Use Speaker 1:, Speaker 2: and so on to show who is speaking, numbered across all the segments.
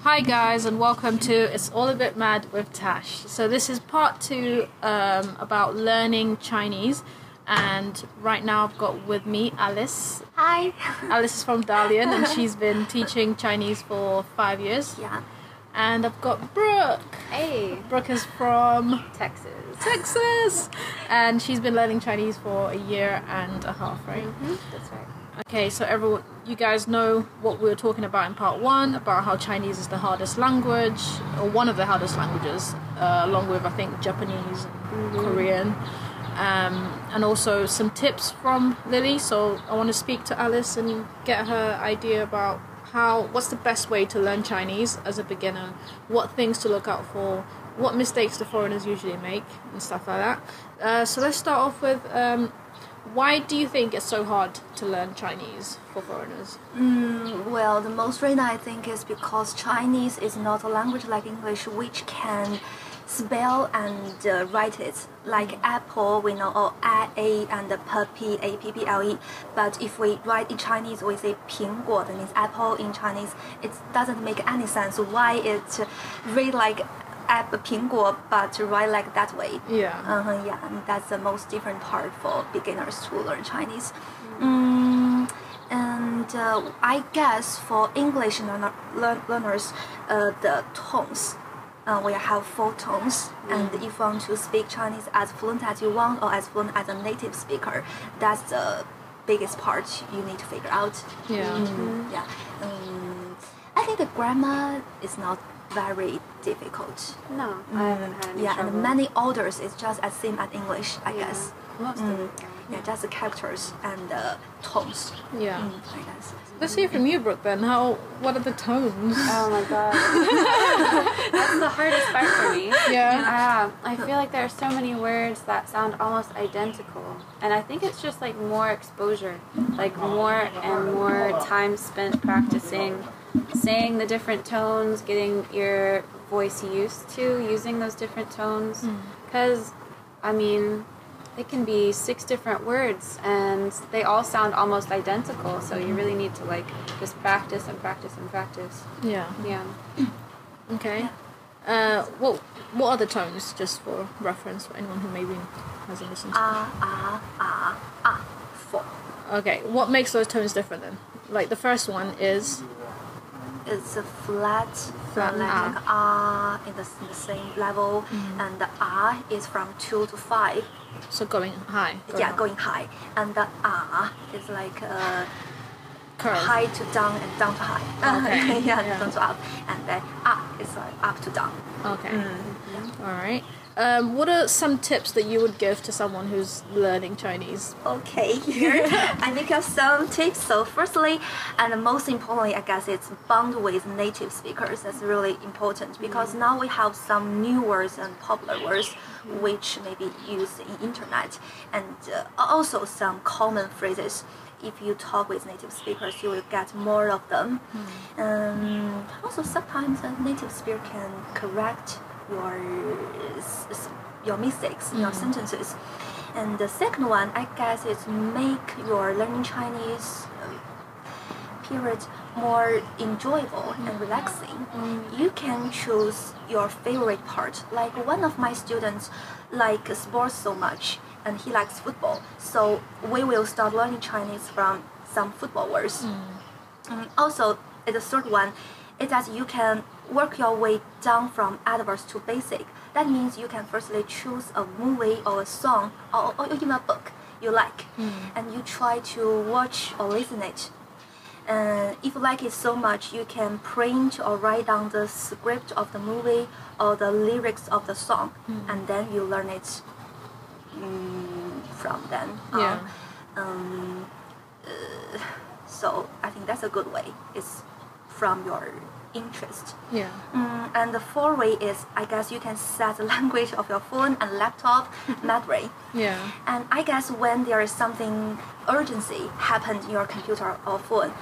Speaker 1: Hi guys and welcome to It's All a Bit Mad with Tash. So this is part two um, about learning Chinese, and right now I've got with me Alice.
Speaker 2: Hi.
Speaker 1: Alice is from Dalian and she's been teaching Chinese for five years.
Speaker 2: Yeah.
Speaker 1: And I've got Brooke.
Speaker 3: Hey,
Speaker 1: Brooke is from
Speaker 3: Texas.
Speaker 1: Texas, and she's been learning Chinese for a year and a half, right?
Speaker 2: Mm-hmm.
Speaker 3: That's right.
Speaker 1: Okay, so everyone, you guys know what we were talking about in part one about how Chinese is the hardest language, or one of the hardest languages, uh, along with I think Japanese and Korean, um, and also some tips from Lily. So I want to speak to Alice and get her idea about how what's the best way to learn Chinese as a beginner, what things to look out for, what mistakes the foreigners usually make, and stuff like that. Uh, so let's start off with. Um, why do you think it's so hard to learn Chinese for foreigners?
Speaker 2: Mm, well, the most reason I think is because Chinese is not a language like English, which can spell and uh, write it like
Speaker 3: Mm.
Speaker 2: apple. We know or a a and the puppy a p p l e. But if we write in Chinese, we say 苹果, that means apple in Chinese. It doesn't make any sense why it read like app 苹果, but write like that way.
Speaker 1: Yeah.
Speaker 2: Uh-huh, yeah, and that's the most different part for beginners to learn Chinese. Mm, and uh, I guess for English learner, learn, learners, uh, the tones. Uh, we have four tones, and if you want to speak Chinese as fluent as you want or as fluent as a native speaker, that's the biggest part you need to figure out.
Speaker 1: Yeah.
Speaker 3: Mm-hmm.
Speaker 2: Mm, yeah. Um, I think the grammar is not very difficult.
Speaker 3: No, I haven't had any
Speaker 2: Mm. Yeah,
Speaker 3: trouble.
Speaker 2: and many orders is just as same as English, I
Speaker 3: Yeah.
Speaker 2: guess.
Speaker 3: Most of
Speaker 2: Mm.
Speaker 3: it.
Speaker 2: Yeah, just the characters and the tones.
Speaker 1: Yeah.
Speaker 2: Mm, I guess.
Speaker 1: Let's hear from you, Brooke. Then, how? What are the tones?
Speaker 3: Oh my god. That's the hardest part for me.
Speaker 1: yeah.
Speaker 3: Ah, I feel like there are so many words that sound almost identical. And I think it's just like more exposure, like more and more time spent practicing, saying the different tones, getting your voice used to using those different tones. Because, I mean, it can be six different words and they all sound almost identical. So you really need to like just practice and practice and practice.
Speaker 1: Yeah.
Speaker 3: Yeah.
Speaker 1: Okay. Uh, what What are the tones? Just for reference for anyone who maybe hasn't listened. to
Speaker 2: Ah, ah, ah, ah. Four.
Speaker 1: Okay. What makes those tones different then? Like the first one is
Speaker 2: It's a flat,
Speaker 1: Flat
Speaker 2: uh, like
Speaker 1: ah.
Speaker 2: like ah in the, s- in the same level, and the ah is from two to five.
Speaker 1: so going high.
Speaker 2: yeah,
Speaker 1: up.
Speaker 2: going high, and the ah is like uh,
Speaker 1: curve.
Speaker 2: high to down and down to high.
Speaker 1: Okay.
Speaker 2: yeah,
Speaker 1: Yeah.
Speaker 2: down to up, and then ah is like up to down.
Speaker 1: Okay.
Speaker 2: Mm.
Speaker 1: All right. Um, what are some tips that you would give to someone who's learning Chinese?
Speaker 2: Okay, here I think of some tips. So, firstly, and most importantly, I guess it's bond with native speakers. That's really important because now we have some new words and popular words which may be used in internet, and uh, also some common phrases. If you talk with native speakers, you will get more of them. Um, also, sometimes a native speaker can correct your s- s- your mistakes in your sentences. And the second one, I guess, is make your learning Chinese um, period more enjoyable and relaxing. You can choose your favorite part. Like one of my students like sports so much, and he likes football. So we will start learning Chinese from some football words. And also, uh, the third one is that you can work your way down from advanced to basic. That means you can firstly choose a movie or a song or, or even a book you like, and you try to watch or listen it. And if you like it so much, you can print or write down the script of the movie or the lyrics of the song, and then you learn it mm, from then. on.
Speaker 1: Yeah.
Speaker 2: Um, uh, so I think that's a good way. It's from your interest.
Speaker 1: Yeah.
Speaker 2: Mm, and the fourth way is, I guess you can set the language of your phone and laptop that way.
Speaker 1: Yeah.
Speaker 2: And I guess when there is something urgency happened in your computer or phone,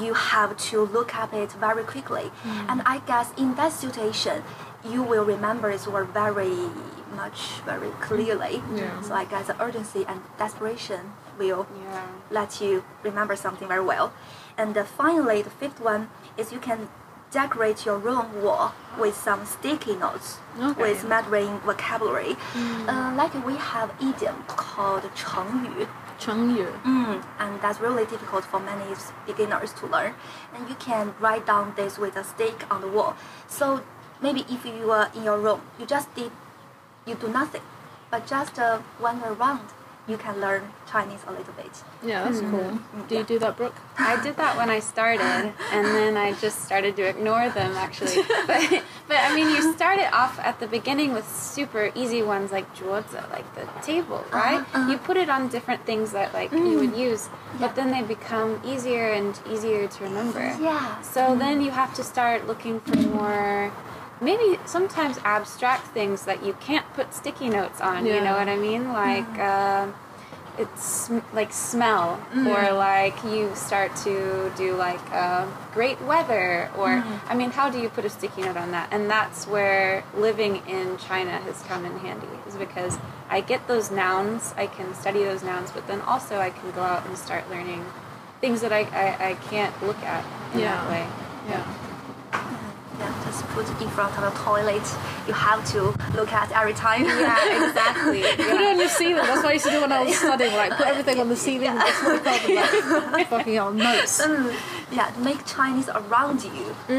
Speaker 2: you have to look up it very quickly. And I guess in that situation, you will remember it word very much, very clearly.
Speaker 1: Yeah.
Speaker 2: So I guess the urgency and desperation will
Speaker 3: Yeah.
Speaker 2: let you remember something very well. And uh, finally, the fifth one is you can decorate your room wall with some sticky notes
Speaker 1: Okay. Hmm.
Speaker 2: with Mandarin vocabulary. Uh, like we have idiom called 成语.
Speaker 1: Chengyu.
Speaker 2: Mm, and that's really difficult for many s- beginners to learn. And you can write down this with a stick on the wall. So maybe if you are in your room, you just did, you do nothing, but just uh, wander around, you can learn Chinese a little bit.
Speaker 1: Hmm. Mm, Yeah, that's cool. Do you do that, Brooke?
Speaker 3: I did that when I started, and then I just started to ignore them actually. But, but I mean, you start it off at the beginning with super easy ones like juozi, like the table, right?
Speaker 2: Uh-huh, uh-huh. Mm.
Speaker 3: You put it on different things that like you would use, but then they become easier and easier to remember.
Speaker 2: Yeah. Mm-hmm.
Speaker 3: So then you have to start looking for more, maybe sometimes abstract things that you can't put sticky notes on. You
Speaker 1: Yeah.
Speaker 3: know what I mean? Like
Speaker 2: Mm-hmm.
Speaker 3: uh, it's sm- like smell,
Speaker 1: Mm.
Speaker 3: or like you start to do like uh, great weather, or
Speaker 1: Mm.
Speaker 3: I mean, how do you put a sticky note on that? And that's where living in China has come in handy, is because I get those nouns, I can study those nouns, but then also I can go out and start learning. Things that I, I, I can't look at in
Speaker 1: Yeah.
Speaker 3: that way.
Speaker 1: Yeah.
Speaker 2: Yeah, just put in front of the toilet. You have to look at every time.
Speaker 3: Yeah, exactly.
Speaker 1: Put it on the ceiling. That's what I used to do when I was studying. Like, put everything on the ceiling and just look up and like, fucking hell, notes.
Speaker 2: Mm, yeah, make Chinese around you.
Speaker 1: Mm-hmm.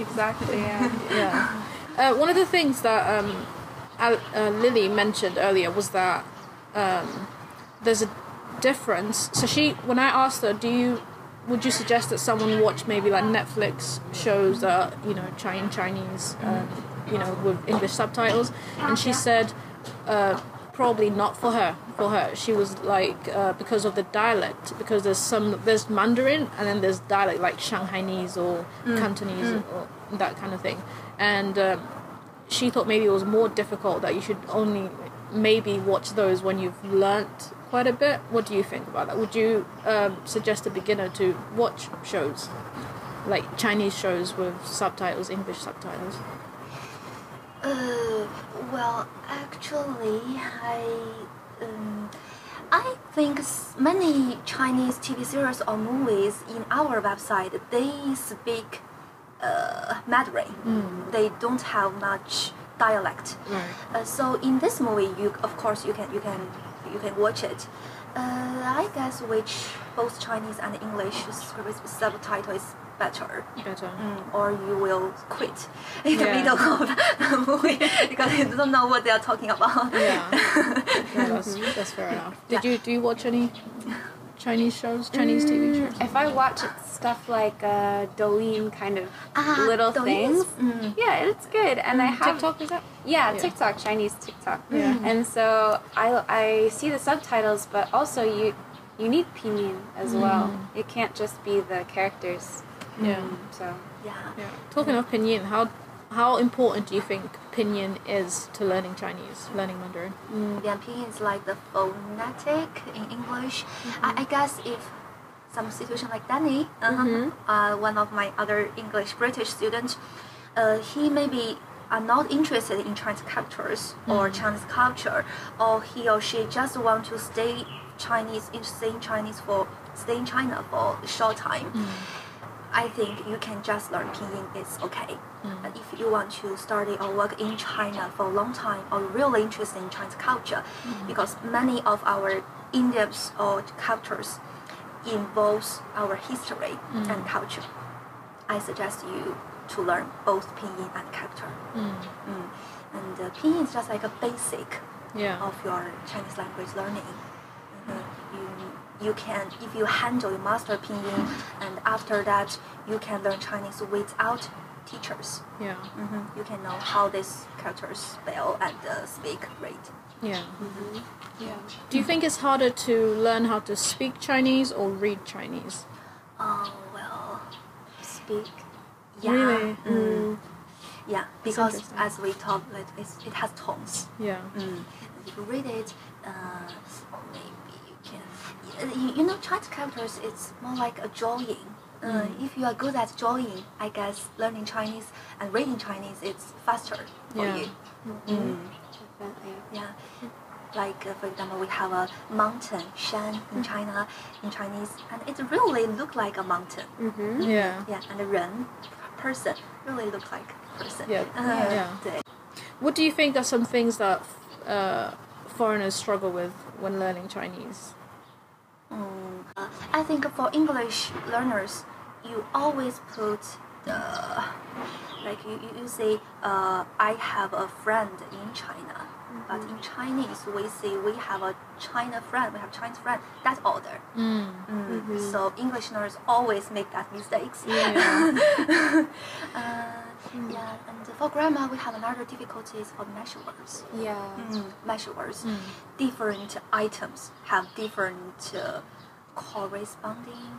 Speaker 3: exactly. Yeah.
Speaker 1: Yeah. Uh, one of the things that um, Al- uh, Lily mentioned earlier was that um, there's a difference. So she, when I asked her, do you, would you suggest that someone watch maybe like Netflix shows that you know Chinese Chinese, um, you know, with English subtitles, and she said. Uh, Probably not for her. For her, she was like uh, because of the dialect. Because there's some there's Mandarin and then there's dialect like Shanghainese or Cantonese or that kind of thing. And um, she thought maybe it was more difficult that you should only maybe watch those when you've learnt quite a bit. What do you think about that? Would you um, suggest a beginner to watch shows like Chinese shows with subtitles, English subtitles?
Speaker 2: Uh, well, actually, I um, I think s- many Chinese TV series or movies in our website they speak uh, Mandarin. They don't have much dialect.
Speaker 1: Hmm. Right.
Speaker 2: Uh, so in this movie, you of course you can you can you can watch it. Uh, I guess which both Chinese and English sub- subtitle is better.
Speaker 1: Better.
Speaker 2: Mm, or you will quit in the
Speaker 1: Yeah.
Speaker 2: middle of the movie because you don't know what they are talking about.
Speaker 1: Yeah. No, that's, that's fair enough. Did you do you watch any Chinese shows, Chinese TV shows?
Speaker 3: Mm. If I watch it, stuff like uh, Douyin kind of
Speaker 2: Ah,
Speaker 3: little
Speaker 2: Douyin
Speaker 3: things,
Speaker 2: is- mm.
Speaker 3: yeah, it's good. And I have
Speaker 1: Mm. TikTok is that?
Speaker 3: Yeah,
Speaker 1: Yeah.
Speaker 3: TikTok, Chinese TikTok.
Speaker 1: Yeah.
Speaker 2: Mm-hmm.
Speaker 3: And so I, I see the subtitles, but also you you need pinyin as
Speaker 2: Mm.
Speaker 3: well. It can't just be the characters. Mm,
Speaker 1: Yeah.
Speaker 3: So
Speaker 2: Yeah.
Speaker 1: Mm. Yeah. Talking of pinyin, how how important do you think pinyin is to learning Chinese, learning Mandarin?
Speaker 2: The pinyin is like the phonetic in English. I, I guess if some situation like Danny, uh uh, one of my other English British students, uh, he maybe are not interested in Chinese characters or Chinese culture, or he or she just want to stay Chinese, stay in Chinese for stay in China for a short time.
Speaker 1: Hmm.
Speaker 2: I think you can just learn pinyin. It's okay.
Speaker 1: Hmm.
Speaker 2: And if you want to study or work in China for a long time, or really interested in Chinese culture, because many of our idioms or cultures involves our history and culture. I suggest you to learn both pinyin and character. Mm. And uh, pinyin is just like a basic
Speaker 1: Yeah.
Speaker 2: of your Chinese language learning. Mhm. You, you can, if you handle your master pinyin, and after that, you can learn Chinese without teachers. Mm-hmm.
Speaker 1: Yeah.
Speaker 2: You can know how these characters spell and uh, speak, read.
Speaker 1: Yeah.
Speaker 2: Mm-hmm.
Speaker 3: yeah.
Speaker 1: Do you think it's harder to learn how to speak Chinese or read Chinese?
Speaker 2: Oh well,
Speaker 3: Speak.
Speaker 2: yeah,
Speaker 1: Really?
Speaker 2: mm, yeah. Because
Speaker 1: interesting.
Speaker 2: as we talked, it, it's- it has tones.
Speaker 1: Yeah.
Speaker 2: And if you read it, uh, maybe you can. y- You, you know, Chinese characters, it's more like a drawing. Uh,
Speaker 1: Mm.
Speaker 2: If you are good at drawing, I guess learning Chinese and reading Chinese, it's faster for
Speaker 1: Yeah. Mm.
Speaker 2: you. Mm.
Speaker 3: Definitely.
Speaker 2: Yeah. Like, uh, for example, we have a mountain, Shan, in
Speaker 1: Mm.
Speaker 2: China, in Chinese, and it really look like a mountain.
Speaker 3: Mm-hmm.
Speaker 1: Yeah.
Speaker 2: Yeah, and the Ren, person really look like person.
Speaker 1: Yeah.
Speaker 2: Uh,
Speaker 1: Yeah.
Speaker 2: 对。
Speaker 1: What do you think are some things that uh, foreigners struggle with when learning Chinese?
Speaker 2: Mm, uh, I think for English learners, you always put the like you, you, you say uh, I have a friend in China, but in Chinese we say we have a China friend, we have Chinese friend. That order. Mm, So English learners always make that mistakes.
Speaker 1: Yeah.
Speaker 2: uh, yeah, and for grammar we have another difficulties for measure words.
Speaker 3: Yeah.
Speaker 2: Mm, measure words different items have different uh, corresponding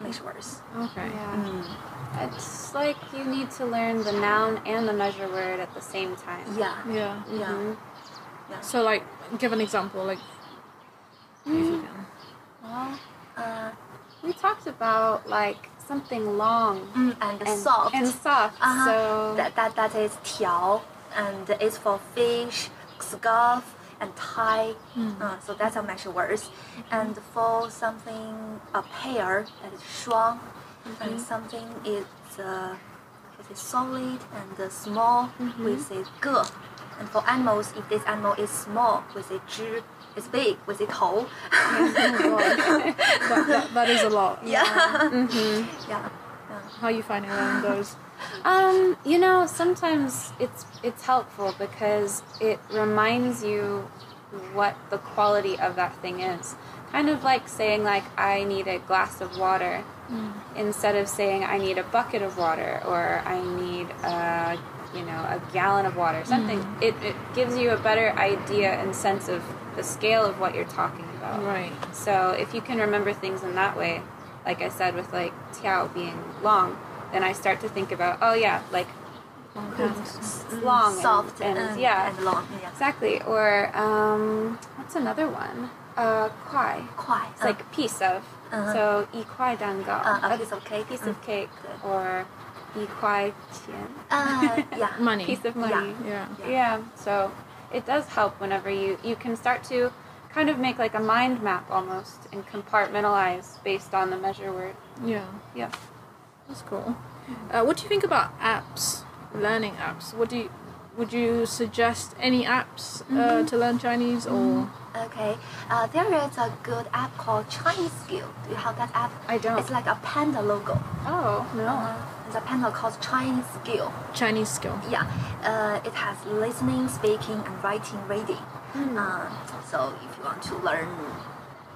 Speaker 2: measures.
Speaker 1: Okay.
Speaker 3: Yeah.
Speaker 2: Mm.
Speaker 3: It's like you need to learn the noun and the measure word at the same time.
Speaker 2: Yeah.
Speaker 1: Yeah.
Speaker 2: Yeah.
Speaker 3: Mhm.
Speaker 1: So, like, give an example, like, if you can.
Speaker 3: Well,
Speaker 2: Uh,
Speaker 3: we talked about like something long
Speaker 2: mm, and, soft.
Speaker 3: And soft.
Speaker 2: Uh-huh.
Speaker 3: So
Speaker 2: that, that, that is tiao, and it's for fish, scarf, and tie.
Speaker 3: Hmm.
Speaker 2: Uh, so that's our measure words. And for something, a pair, that is shuang,
Speaker 3: Mm-hmm.
Speaker 2: and something is uh, it is solid and uh, small,
Speaker 3: Mm-hmm.
Speaker 2: we say ge. And for animals, if this animal is small, we say zhi. It's big, we say tou.
Speaker 1: that, that, that is a lot.
Speaker 2: Yeah.
Speaker 3: Mm-hmm.
Speaker 2: yeah.
Speaker 1: How are you finding learning those?
Speaker 3: Um, you know, sometimes it's it's helpful because it reminds you what the quality of that thing is. Kind of like saying like I need a glass of water instead of saying I need a bucket of water or I need a you know a gallon of water. Something it, it gives you a better idea and sense of the scale of what you're talking about.
Speaker 1: Right.
Speaker 3: So if you can remember things in that way, like I said with like tiao being long, then I start to think about oh yeah, like
Speaker 2: Mm,
Speaker 3: long and-
Speaker 2: soft,
Speaker 3: and, yeah,
Speaker 2: and long. Yeah.
Speaker 3: exactly. Or um, what's another one? Uh, kwai.
Speaker 2: Quite.
Speaker 3: It's like piece of.
Speaker 2: Uh. Uh-huh.
Speaker 3: So yi kwai dango.
Speaker 2: Uh, a piece of cake.
Speaker 3: piece
Speaker 2: Mm.
Speaker 3: of cake
Speaker 2: Good.
Speaker 3: or yi kwai tian.
Speaker 2: Uh, yeah.
Speaker 1: Money.
Speaker 3: Piece of money.
Speaker 1: yeah.
Speaker 2: Yeah.
Speaker 3: Yeah, so it does help whenever you you can start to kind of make like a mind map almost and compartmentalize based on the measure word.
Speaker 1: Yeah.
Speaker 3: Yeah.
Speaker 1: That's cool. Uh, what do you think about apps? Learning apps. What do you? Would you suggest any apps uh, to learn Chinese or?
Speaker 2: Okay. Uh, there is a good app called Chinese Skill. Do you have that app?
Speaker 3: I don't.
Speaker 1: Oh.
Speaker 2: It's like a panda logo.
Speaker 3: Oh, no.
Speaker 2: Uh, the panda called Chinese Skill.
Speaker 1: Chinese skill.
Speaker 2: Yeah. Uh, it has listening, speaking, and writing, reading. Uh, so if you want to learn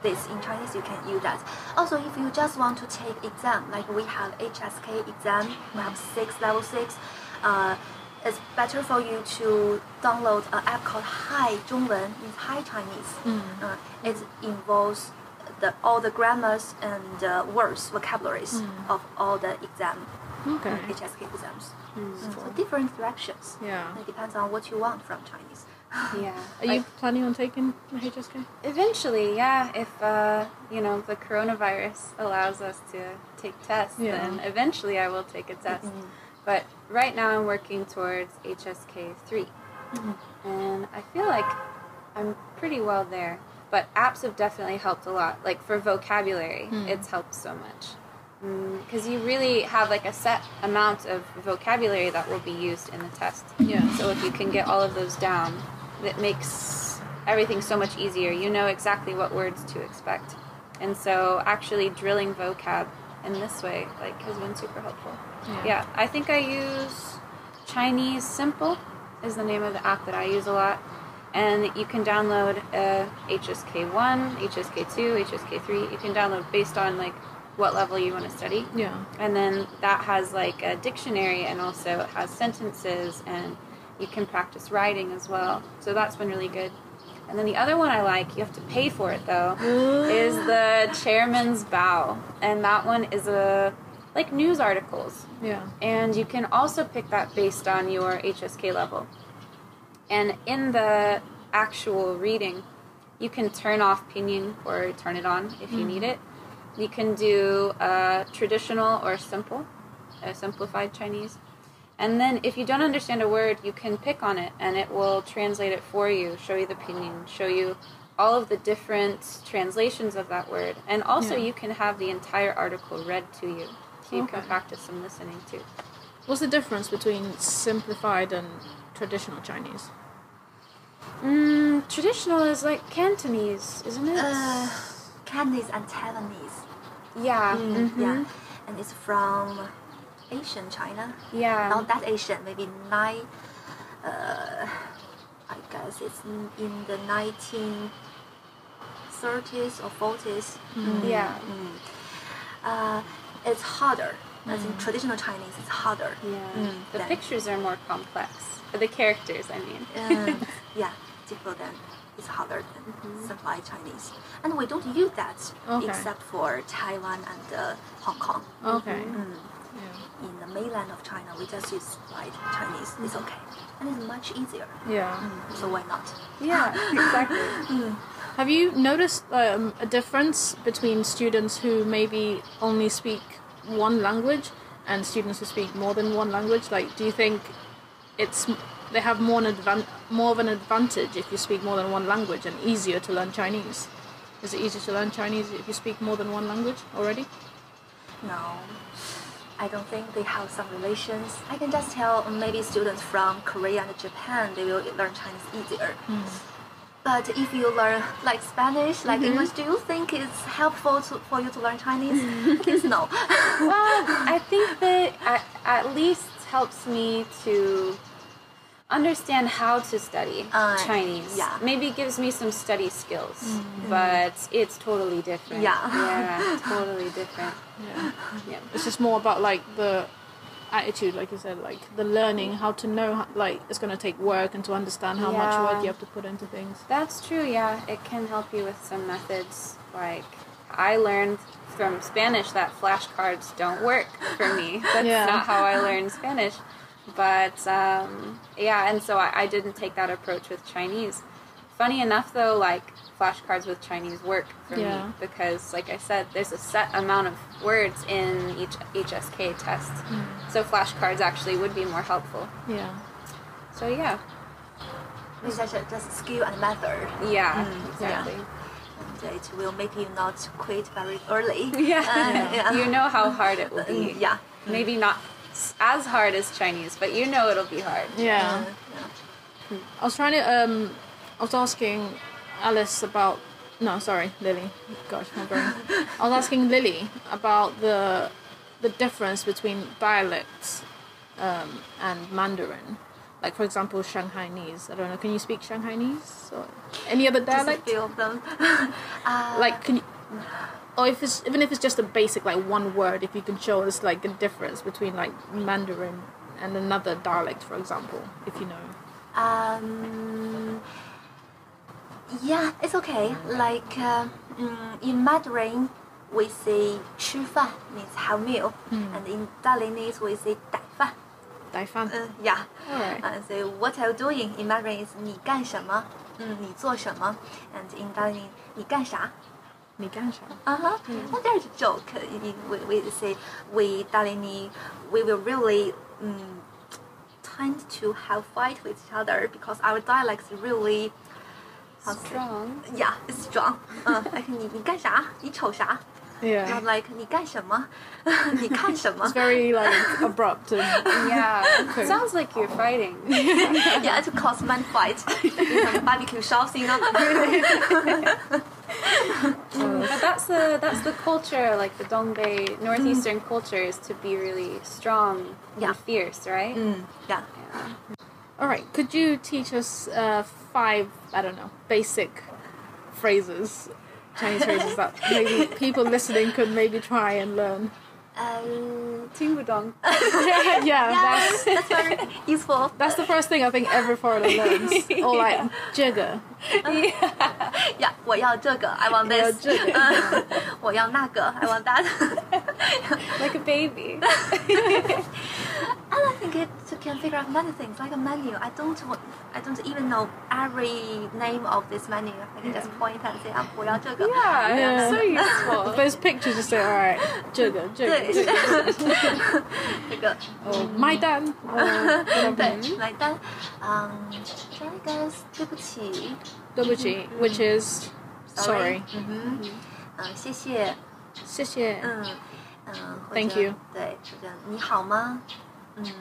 Speaker 2: this in Chinese, you can use that. Also, if you just want to take exam, like we have HSK exam, we have six level six. Uh, it's better for you to download an app called Hi 中文 means Hi Chinese. Uh, it involves the, all the grammars and uh, words, vocabularies of all the exam, uh,
Speaker 1: Okay.
Speaker 2: HSK exams.
Speaker 3: Hmm.
Speaker 2: So different directions.
Speaker 1: Yeah.
Speaker 2: It depends on what you want from Chinese.
Speaker 3: Yeah.
Speaker 1: Are you planning on taking the HSK?
Speaker 3: Eventually, yeah. If uh, you know the coronavirus allows us to take tests,
Speaker 1: Yeah.
Speaker 3: then eventually I will take a test. But right now I'm working towards HSK 3 and I feel like I'm pretty well there. But apps have definitely helped a lot. Like for vocabulary, it's helped so much because you really have like a set amount of vocabulary that will be used in the test.
Speaker 1: Yeah.
Speaker 3: So if you can get all of those down, that makes everything so much easier. You know exactly what words to expect. And so actually drilling vocab in this way like has been super helpful.
Speaker 1: Yeah.
Speaker 3: I think I use Chinese Simple is the name of the app that I use a lot. And you can download uh, HSK1, HSK2, HSK3. You can download based on like what level you want to study
Speaker 1: Yeah.
Speaker 3: and then that has like a dictionary and also it has sentences and you can practice writing as well so that's been really good and then the other one i like you have to pay for it though is the chairman's bow and that one is a like news articles
Speaker 1: Yeah.
Speaker 3: and you can also pick that based on your HSK level. And in the actual reading, you can turn off pinyin or turn it on if
Speaker 1: Mm.
Speaker 3: you need it. You can do uh, traditional or simple, uh, simplified Chinese. And then if you don't understand a word, you can pick on it and it will translate it for you, show you the pinyin, show you all of the different translations of that word. And also
Speaker 1: Yeah.
Speaker 3: you can have the entire article read to you. So you
Speaker 1: Okay.
Speaker 3: can practice some listening too.
Speaker 1: What's the difference between simplified and traditional Chinese?
Speaker 3: Mm, traditional is like Cantonese, isn't it?
Speaker 2: Uh, Cantonese and Taiwanese.
Speaker 3: yeah.
Speaker 2: mm.
Speaker 3: mhm.
Speaker 2: Yeah, and it's from Asian China.
Speaker 3: Yeah.
Speaker 2: Not that Asian, maybe nine. Uh, I guess it's in, in the 1930s or 40s.
Speaker 3: Yeah.
Speaker 2: Mm. Uh, it's harder. As in traditional Chinese, it's harder.
Speaker 3: Yeah. Mm. The
Speaker 2: Then-
Speaker 3: pictures are more complex. Or the characters, I mean.
Speaker 2: um, yeah, different than it's harder than supply Chinese, and we don't use that
Speaker 1: Okay.
Speaker 2: except for Taiwan and uh, Hong Kong.
Speaker 1: Okay.
Speaker 2: Mm. In the mainland of China, we just use light Chinese. It's okay, and it's much easier.
Speaker 1: Yeah. yeah.
Speaker 2: Mm, So why not?
Speaker 3: Yeah, exactly.
Speaker 1: Have you noticed um, a difference between students who maybe only speak one language and students who speak more than one language? Like, do you think it's they have more an advan- more of an advantage if you speak more than one language and easier to learn Chinese? Is it easier to learn Chinese if you speak more than one language already?
Speaker 2: No. I don't think they have some relations. I can just tell maybe students from Korea and Japan they will learn Chinese easier. But if you learn like Spanish, like English, do you think it's helpful to, for you to learn Chinese? Please no.
Speaker 3: well, I think that at, at least helps me to understand how to study
Speaker 2: Uh,
Speaker 3: Chinese.
Speaker 2: yeah. Mm.
Speaker 3: Maybe gives me some study skills, but it's totally different.
Speaker 2: Yeah.
Speaker 3: Yeah, totally different.
Speaker 1: Yeah.
Speaker 3: Yeah.
Speaker 1: It's just more about like the attitude, like you said, like the learning, how to know, how, like it's going to take work and to understand how
Speaker 3: Yeah.
Speaker 1: much work you have to put into things.
Speaker 3: That's true, yeah. It can help you with some methods. Like, I learned from Spanish that flashcards don't work for me. That's
Speaker 1: Yeah.
Speaker 3: not how I learned Spanish. But, um, yeah, and so I, I didn't take that approach with Chinese. Funny enough, though, like, flashcards with Chinese work for
Speaker 1: Yeah.
Speaker 3: me because, like I said, there's a set amount of words in each HSK test. So, flashcards actually would be more helpful.
Speaker 1: Yeah.
Speaker 3: So, yeah.
Speaker 2: it's just, just skill and method.
Speaker 3: Yeah,
Speaker 2: Mm, yeah.
Speaker 3: exactly.
Speaker 2: And it will make you not quit very early.
Speaker 3: Yeah.
Speaker 2: Uh, yeah.
Speaker 3: You know how hard it will be.
Speaker 2: Mm, yeah.
Speaker 3: Maybe not s- as hard as Chinese, but you know it'll be hard.
Speaker 1: Yeah.
Speaker 2: yeah.
Speaker 1: I was trying to. Um, I was asking Alice about. No, sorry, Lily. Gosh, my brain. I was asking Lily about the the difference between dialects um, and Mandarin. Like, for example, Shanghainese. I don't know. Can you speak Shanghainese or any other
Speaker 2: Just
Speaker 1: dialect?
Speaker 2: feel them. uh,
Speaker 1: Like, can you? Or if it's even if it's just a basic like one word, if you can show us like a difference between like Mandarin and another dialect, for example, if you know.
Speaker 2: Um, yeah, it's okay. Like uh, mm, in Mandarin, we say 吃饭 means have meal, and in Taiwanese we say 打饭.
Speaker 1: Daifan.
Speaker 2: Uh, yeah.
Speaker 1: Alright.
Speaker 2: Uh, so what are you doing in Mandarin is 你干什么?嗯，你做什么? And in Taiwanese 你干啥?
Speaker 1: 你干啥？
Speaker 2: Uh huh.
Speaker 1: Mm.
Speaker 2: And there's a joke. uh, in- We, we say we Dalini, we will really um, tend to have fight with each other because our dialects really how to say-
Speaker 3: Strong.
Speaker 2: Yeah, it's strong. Uh, like 你你干啥？你瞅啥？
Speaker 1: Yeah.
Speaker 2: Not like 你干什么？你看什么？
Speaker 1: It's very like abrupt and
Speaker 3: Yeah.
Speaker 1: Okay.
Speaker 3: Sounds like you're fighting.
Speaker 2: yeah, to cause man fight in some barbecue shops, you know.
Speaker 3: but that's the that's the culture, like the Dongbei northeastern culture is to be really strong
Speaker 2: Mm. Yeah.
Speaker 3: and fierce, right?
Speaker 2: Mm, yeah.
Speaker 3: Yeah.
Speaker 1: all right could you teach us uh, five i don't know basic phrases chinese phrases that maybe people listening could maybe try and learn
Speaker 2: Um,
Speaker 3: Tingbudong.
Speaker 1: yeah,
Speaker 2: yeah,
Speaker 1: that's
Speaker 2: that's very useful.
Speaker 1: that's the first thing i think every foreigner learns or like jigger
Speaker 2: Yeah, 我要这个, I want this.
Speaker 1: 我要这个。
Speaker 2: Uh, 我要那个, I want that.
Speaker 3: Like a baby.
Speaker 2: and I think it can figure out many things, like a menu. I don't want, I don't even know every name of this menu. I can just point and say, ah, 我要这个.
Speaker 3: Yeah,
Speaker 1: Yeah.
Speaker 3: so
Speaker 1: But
Speaker 3: useful.
Speaker 1: those pictures just say all right jigger jigger, jigger.
Speaker 2: 对，这个
Speaker 1: or my dan or whatever.
Speaker 2: 嗯对，买单，嗯，这个对不起，
Speaker 1: Double-chi, which is sorry,
Speaker 2: 嗯哼，嗯，谢谢，
Speaker 1: 谢谢。Uh.
Speaker 2: 嗯，嗯，或者
Speaker 1: Thank you.
Speaker 2: 对，或者你好吗？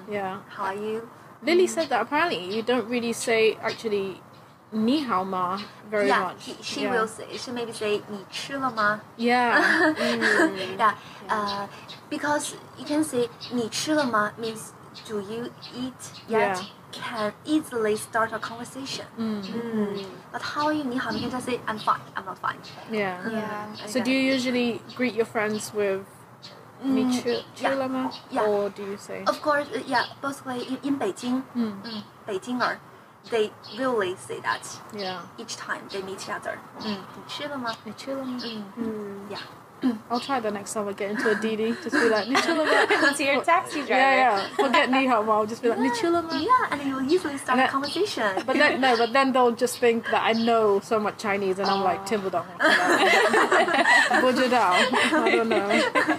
Speaker 1: Yeah.
Speaker 2: How are you? Mm.
Speaker 1: Lily said that apparently you don't really say actually ni hao ma very
Speaker 2: yeah,
Speaker 1: much.
Speaker 2: he- she
Speaker 1: yeah.
Speaker 2: will say, she maybe say, 你吃了吗?
Speaker 1: Yeah. Mm.
Speaker 2: yeah, uh, because you can say 你吃了吗 means do you eat yet?
Speaker 1: Yeah.
Speaker 2: Can easily start a conversation. Mm. But how are you? 你好, you can just say I'm fine. I'm not fine.
Speaker 1: yeah.
Speaker 3: Yeah.
Speaker 2: Mm,
Speaker 1: So
Speaker 2: like
Speaker 1: do you usually greet your friends with ni chu
Speaker 2: Mm, yeah.
Speaker 1: lama?
Speaker 2: Yeah.
Speaker 1: Or do you say
Speaker 2: that. Of course, uh, yeah. Basically, in, in Beijing,
Speaker 1: Mm.
Speaker 2: mm, Beijingers, they really say that
Speaker 1: yeah.
Speaker 2: each time they meet each other. Mm. 你吃了吗? Mm.
Speaker 1: Ni chu lama? Mm.
Speaker 2: Yeah.
Speaker 1: I'll try that next time I get into a DD. Just be like ni chu lama.
Speaker 3: to your taxi driver.
Speaker 1: Yeah, yeah. Forget ni hao ma. I'll just be like ni chu lama.
Speaker 2: Yeah, and you easily 哎 start
Speaker 1: And
Speaker 2: a
Speaker 1: I-
Speaker 2: conversation.
Speaker 1: But then no, but then they'll just think that I know so much Chinese, and I'm like Timbledong. Bujadao. I don't know.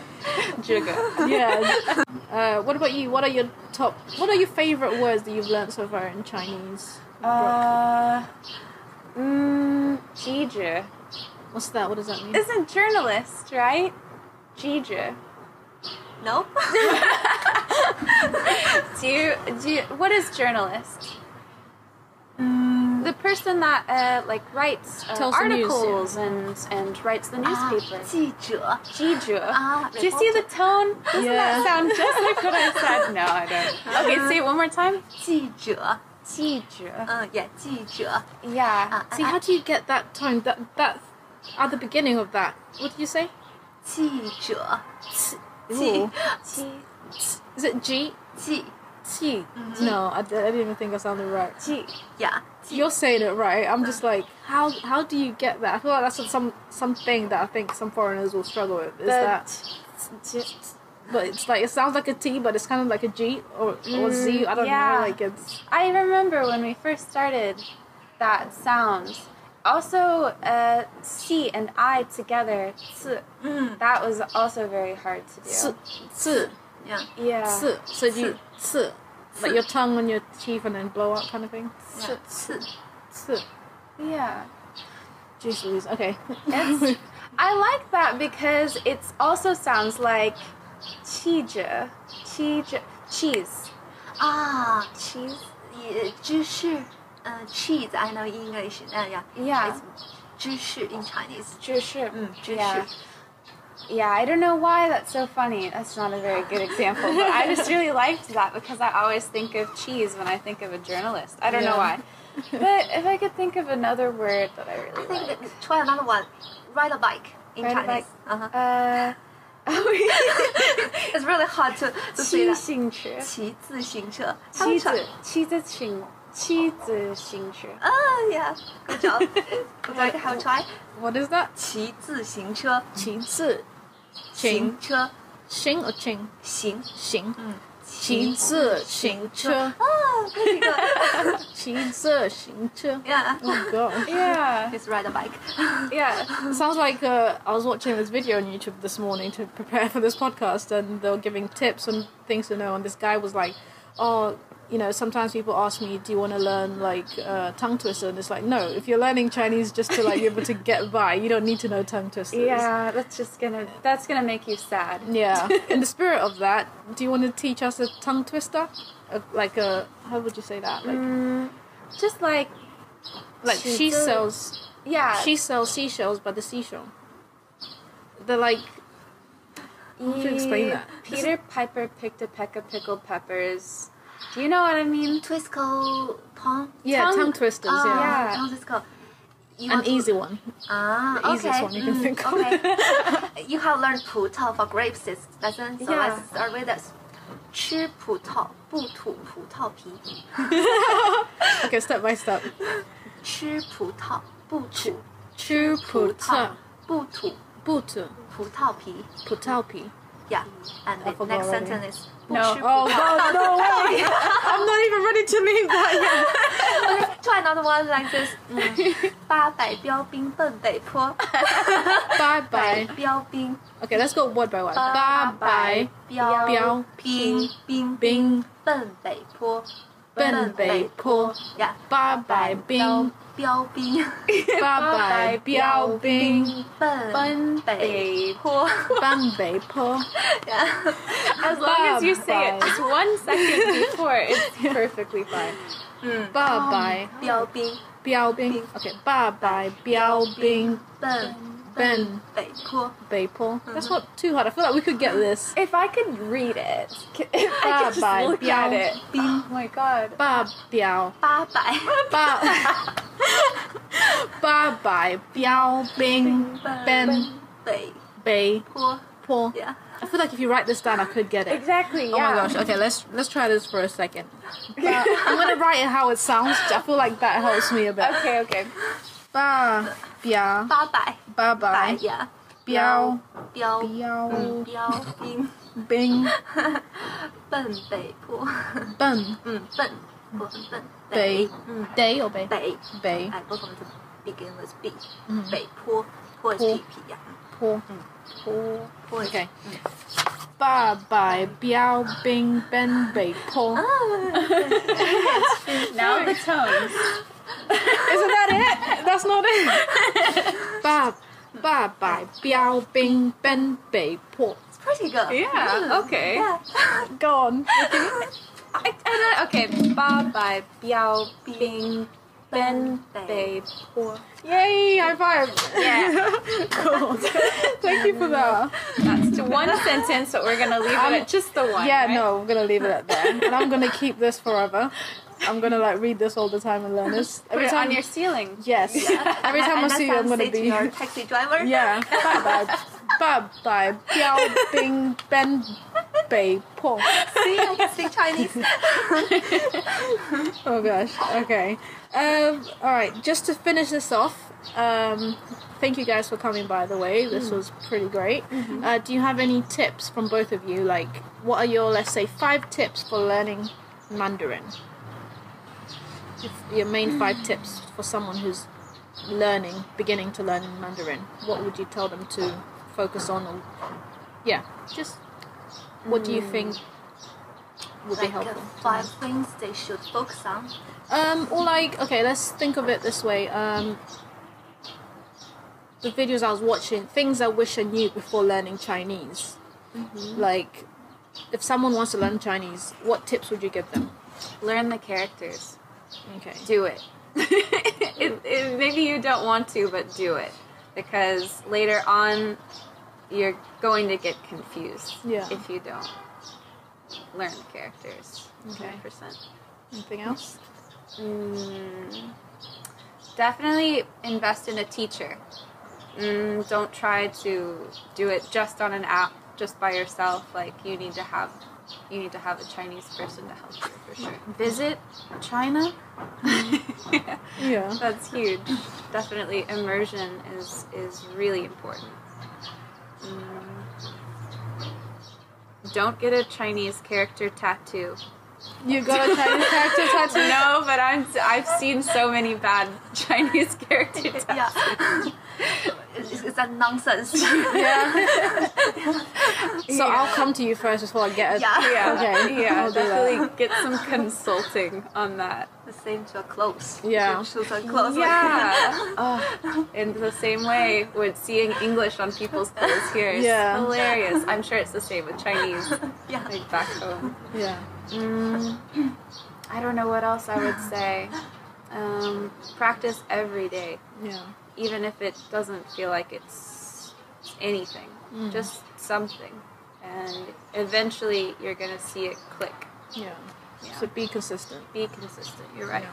Speaker 3: Jigga.
Speaker 1: Yeah. Uh, what about you? What are your top? What are your favorite words that you've learned so far in Chinese?
Speaker 3: Uh, mm, Jija.
Speaker 1: What's that? What does that mean?
Speaker 3: Isn't journalist, right? Jija.
Speaker 2: no?
Speaker 3: Do you, do you, what is journalist?
Speaker 2: 嗯
Speaker 3: The person that uh, like writes uh,
Speaker 1: Tells the news, yeah.
Speaker 3: articles and and writes the newspaper. Jiju.
Speaker 2: Ah,
Speaker 3: Do you see the tone? Doesn't
Speaker 1: Yeah.
Speaker 3: that sound just like what I said? No, I don't. Okay, say it one more time.
Speaker 2: 记者,记者,
Speaker 3: Jiju.
Speaker 2: uh, yeah, 记者.
Speaker 3: Yeah.
Speaker 2: Ah,
Speaker 1: See, how do you get that tone? That that at the beginning of that. What did you say?
Speaker 2: 记者,
Speaker 1: Ooh.
Speaker 3: Ji-
Speaker 1: Is it G?
Speaker 2: 记,
Speaker 1: T.
Speaker 3: Mm-hmm.
Speaker 1: No, I, d- I didn't even think I sounded right.
Speaker 3: ji-
Speaker 2: yeah,
Speaker 1: You're saying it right. I'm just like, how how do you get that? I feel like that's some something that I think some foreigners will struggle with. Is
Speaker 3: The
Speaker 1: that?
Speaker 3: ji-
Speaker 1: But it's like it sounds like a T, but it's kind of like a G or or Z. I don't
Speaker 3: yeah.
Speaker 1: know. Like it's
Speaker 3: I remember when we first started that sound. Also, uh, C and I together, ci,
Speaker 2: 嗯
Speaker 3: that was also very hard to do.
Speaker 1: s s
Speaker 2: yeah.
Speaker 3: yeah.
Speaker 1: s. So do you s like your tongue on your teeth and then blow out kind of thing.
Speaker 2: yeah.
Speaker 1: S
Speaker 2: Ci.
Speaker 1: s.
Speaker 3: Yeah.
Speaker 1: Jeez Louise. Okay.
Speaker 3: It's, I like that because it also sounds like cheese. Cheese. Cheese.
Speaker 2: Ah,
Speaker 3: Cheese.
Speaker 2: yeah, 芝士, uh, cheese, I know in English, uh, yeah,
Speaker 3: Yeah.
Speaker 2: it's 芝士 in Chinese.
Speaker 3: 芝士.
Speaker 2: Mm, 芝士.
Speaker 3: yeah. Yeah, I don't know why that's so funny. That's not a very good example, but I just really liked that because I always think of cheese when I think of a journalist. I don't know
Speaker 1: Yeah.
Speaker 3: why. But if I could think of another word that I
Speaker 2: I
Speaker 3: really
Speaker 2: think
Speaker 3: like.
Speaker 2: that, try another one, ride a bike in
Speaker 3: Ride a
Speaker 2: Chinese.
Speaker 3: bike.
Speaker 2: Uh-huh.
Speaker 3: Uh,
Speaker 2: It's really hard to, to say that.
Speaker 3: 骑行车.
Speaker 2: 骑自行车. How to try?
Speaker 3: 骑自骑自行骑自行车.
Speaker 2: Ah, yeah, good job. Would like to have a try?
Speaker 1: What is that?
Speaker 2: 骑自行车,
Speaker 1: 骑字，行
Speaker 2: 行车,
Speaker 1: 行 or 行
Speaker 2: 行.
Speaker 1: 行，骑字行车，
Speaker 2: Oh, good, good.
Speaker 1: 骑字行车。
Speaker 2: yeah.
Speaker 1: Oh god.
Speaker 3: Yeah.
Speaker 2: Just ride a bike.
Speaker 3: Yeah.
Speaker 1: It sounds like uh, I was watching this video on YouTube this morning to prepare for this podcast, and they were giving tips and things to know. And this guy was like, "Oh, you know, sometimes people ask me, do you want to learn like uh, tongue twister?" And it's like, no, if you're learning Chinese just to like be able to get by, you don't need to know tongue twisters.
Speaker 3: Yeah, that's just gonna that's gonna make you sad.
Speaker 1: Yeah. In the spirit of that, do you want to teach us a tongue twister? A, like a how would you say that? Like
Speaker 3: Mm, just like
Speaker 1: like she
Speaker 3: she's a-
Speaker 1: sells
Speaker 3: yeah.
Speaker 1: she sells seashells by the seashore. They're like
Speaker 3: you
Speaker 1: should explain that.
Speaker 3: Peter Piper picked a peck of pickled peppers. Do you know what I mean?
Speaker 2: Twisco pong.
Speaker 1: yeah tongue,
Speaker 3: Tongue-
Speaker 1: twisters.
Speaker 2: Oh,
Speaker 1: yeah.
Speaker 3: Yeah.
Speaker 2: How's this called? You
Speaker 1: An
Speaker 2: have-
Speaker 1: easy one.
Speaker 2: Ah,
Speaker 1: the easiest
Speaker 2: okay.
Speaker 1: one you can
Speaker 2: mm,
Speaker 1: think of.
Speaker 2: Okay. you have learned 葡萄 for grapes this lesson, so
Speaker 3: Yeah.
Speaker 2: let's start with this. 吃葡萄不吐葡萄皮，吃葡萄不吐
Speaker 1: Okay, step by step. Chu puta
Speaker 2: 不吐葡萄皮
Speaker 1: butu putalpi.
Speaker 2: Yeah, and
Speaker 1: I
Speaker 2: the
Speaker 1: forgot
Speaker 2: next
Speaker 1: already.
Speaker 2: sentence
Speaker 3: No.
Speaker 2: is
Speaker 1: Oh god, no way! I'm not even ready to leave that yet.
Speaker 2: Try another one like this. 八百标兵奔北坡，
Speaker 1: Bye bye.
Speaker 2: 标兵
Speaker 1: Okay, let's go word by word. Bye bye. 标兵
Speaker 2: 兵兵
Speaker 1: 兵
Speaker 2: 奔北坡，
Speaker 1: 奔北坡，
Speaker 2: Yeah.
Speaker 1: 八百
Speaker 3: 刀
Speaker 1: 兵，
Speaker 2: 标兵
Speaker 1: 八百标兵，
Speaker 2: 奔
Speaker 3: 奔
Speaker 2: 北
Speaker 3: 北
Speaker 2: 坡。
Speaker 1: 奔北坡。
Speaker 2: Yeah.
Speaker 3: As long as you say it just one second before, it's perfectly fine.
Speaker 2: 嗯，
Speaker 1: 八百
Speaker 2: 标兵
Speaker 1: 标兵，OK，八百标兵
Speaker 2: 奔
Speaker 1: 奔
Speaker 2: 北坡。
Speaker 1: 北坡。That's not too hard. I feel like we could get this.
Speaker 3: If I could read it, if uh, I could
Speaker 1: Bye-bye,
Speaker 3: just look at
Speaker 1: Biao.
Speaker 3: it. Oh my god.
Speaker 1: 八标
Speaker 2: 八百
Speaker 1: 八八百标兵奔
Speaker 2: 北
Speaker 1: 北
Speaker 2: 坡。
Speaker 1: 坡。
Speaker 2: Yeah.
Speaker 1: I feel like if you write this down, I could get it.
Speaker 3: Exactly, yeah.
Speaker 1: Oh my gosh. Okay, let's let's try this for a second. But I'm gonna write it how it sounds. I feel like that helps me a bit.
Speaker 3: Okay, okay.
Speaker 1: 八标
Speaker 2: 八百
Speaker 1: 八
Speaker 2: 百
Speaker 1: 百
Speaker 2: 呀。
Speaker 1: 标
Speaker 2: 标
Speaker 1: 标
Speaker 2: 标兵
Speaker 1: 兵
Speaker 2: 奔北坡。
Speaker 1: 奔
Speaker 2: 嗯，笨，我很笨。
Speaker 1: 北
Speaker 2: 嗯，
Speaker 1: 北有北
Speaker 2: 北。
Speaker 1: 北
Speaker 2: I welcome to begin with B.
Speaker 1: 嗯
Speaker 2: 北坡，坡是
Speaker 1: 坡
Speaker 2: P P 呀。
Speaker 1: 坡
Speaker 2: 坡坡
Speaker 1: OK。八百标兵奔北坡。
Speaker 3: Now the tones.
Speaker 1: Isn't that it? That's not it. 爸爸百标兵奔北坡。
Speaker 2: It's pretty good.
Speaker 3: Yeah, okay.
Speaker 2: Yeah.
Speaker 1: Go on.
Speaker 3: I, I don't, okay. Ba bai biao bing ben bei po.
Speaker 1: Yay! High five.
Speaker 3: Yeah,
Speaker 1: Cool. Thank you for that.
Speaker 3: that's to one sentence, but we're gonna leave
Speaker 1: Um,
Speaker 3: it at just the one.
Speaker 1: Yeah,
Speaker 3: right?
Speaker 1: no, I'm gonna leave it at that, and I'm gonna keep this forever. I'm gonna like read this all the time and learn this
Speaker 3: Put
Speaker 1: every
Speaker 3: it
Speaker 1: time.
Speaker 3: on your ceiling.
Speaker 1: yes. Every
Speaker 2: And-
Speaker 1: time I
Speaker 2: and
Speaker 1: see
Speaker 2: that's
Speaker 1: you, I'm
Speaker 2: how
Speaker 1: gonna
Speaker 2: say to
Speaker 1: be.
Speaker 2: your taxi driver.
Speaker 1: Yeah. Bye bye. Bye bye. Biao Bing Ben Bei Po.
Speaker 2: See, I can speak Chinese.
Speaker 1: Oh gosh. Okay. Um, all right. Just to finish this off, um, thank you guys for coming. By the way, this was pretty great. Uh, do you have any tips from both of you? Like, what are your let's say five tips for learning Mandarin? If your main five tips for someone who's learning, beginning to learn Mandarin. What would you tell them to focus on? Or, yeah, just what do you think would be
Speaker 2: like uh,
Speaker 1: helpful? to
Speaker 2: five things they should focus on.
Speaker 1: Um, or like, okay, let's think of it this way. Um, the videos I was watching, things I wish I knew before learning Chinese. Mm-hmm. Like, if someone wants to learn Chinese, what tips would you give them?
Speaker 3: Learn the characters.
Speaker 1: Okay.
Speaker 3: do it. it, it. Maybe you don't want to, but do it because later on you're going to get confused
Speaker 1: Yeah.
Speaker 3: if you don't learn the characters.
Speaker 1: Okay.
Speaker 3: 100%.
Speaker 1: Anything else?
Speaker 3: Mm, definitely invest in a teacher. Mm, don't try to do it just on an app, just by yourself. Like you need to have, you need to have a Chinese person to help you for sure. Visit China.
Speaker 1: Yeah.
Speaker 3: That's huge. Definitely, immersion is is really important. Mm. Don't get a Chinese character tattoo.
Speaker 1: You got a Chinese character tattoo?
Speaker 3: No, but I'm I've seen so many bad Chinese character tattoos.
Speaker 2: Yeah. is, is that nonsense?
Speaker 1: Yeah. so I'll come to you first before I get a.
Speaker 2: Yeah.
Speaker 3: Yeah,
Speaker 1: Okay,
Speaker 3: yeah,
Speaker 1: I'll do that.
Speaker 3: definitely get some consulting on that.
Speaker 2: the same to a close.
Speaker 1: Yeah.
Speaker 2: Same to a close.
Speaker 3: Yeah.
Speaker 1: Ah.
Speaker 3: Ugh. in the same way with seeing English on people's clothes here is
Speaker 1: Yeah.
Speaker 3: hilarious. I'm sure it's the same with Chinese.
Speaker 2: yeah.
Speaker 3: Like back home.
Speaker 1: Yeah.
Speaker 3: Mm, I don't know what else I would say. Um, practice every day,
Speaker 1: Yeah.
Speaker 3: even if it doesn't feel like it's anything, just something. And eventually you're going to see it click.
Speaker 1: Yeah.
Speaker 3: Yeah.
Speaker 1: So be consistent.
Speaker 3: Be consistent. You're right.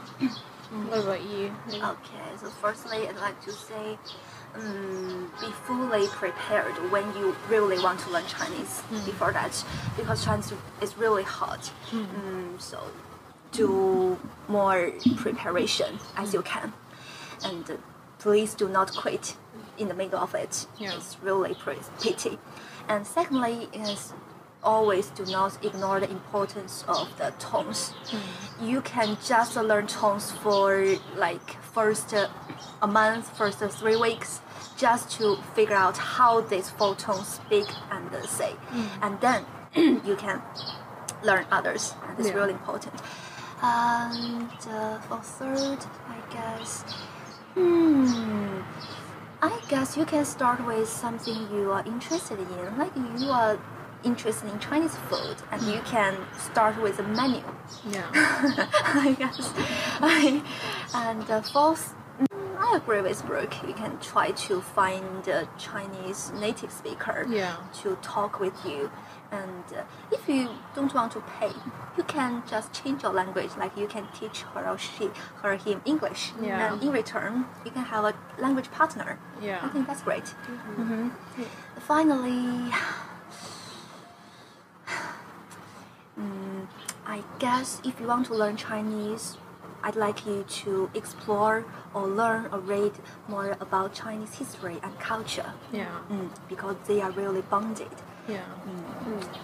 Speaker 1: What about you?
Speaker 2: Okay, so firstly, I'd like to say um, be fully prepared when you really want to learn Chinese
Speaker 1: Hmm.
Speaker 2: before that, because Chinese is really hard. Um, so do more preparation
Speaker 1: Hmm.
Speaker 2: as you can, and uh, please do not quit in the middle of it.
Speaker 1: Yeah.
Speaker 2: It's really pre- pity. And secondly, is always do not ignore the importance of the tones. You can just learn tones for like first uh, a month, first uh, three weeks, just to figure out how these four tones speak and uh, say, and then you can learn others. And it's
Speaker 1: Yeah.
Speaker 2: really important. And uh, for third, I guess, hmm, I guess you can start with something you are interested in. Like you are interested in Chinese food, and you
Speaker 1: Hmm.
Speaker 2: can start with a menu.
Speaker 1: Yeah.
Speaker 2: I guess. I, and uh, fourth, mm, I agree with Brooke. You can try to find a Chinese native speaker
Speaker 1: Yeah.
Speaker 2: to talk with you. And uh, if you don't want to pay, you can just change your language. Like you can teach her or she, her or him English.
Speaker 1: Yeah.
Speaker 2: And in return, you can have a language partner. I
Speaker 1: Yeah.
Speaker 2: think that's great. Finally, mm, I guess if you want to learn Chinese, I'd like you to explore or learn or read more about Chinese history and culture
Speaker 1: Yeah.
Speaker 2: mm, because they are really bonded.
Speaker 1: Yeah.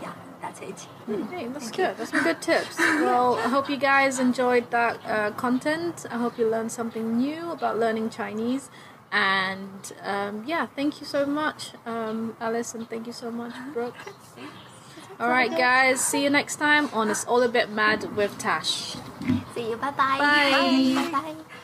Speaker 2: Yeah, that's it.
Speaker 1: Hey, that's good. That's some good tips. Well, I hope you guys enjoyed that uh, content. I hope you learned something new about learning Chinese. And um, yeah, thank you so much, um, Alice, and thank you so much, Brooke. All right, guys, see you next time on It's All a Bit Mad with Tash.
Speaker 2: See you. Bye-bye.
Speaker 1: Bye.
Speaker 2: Bye bye.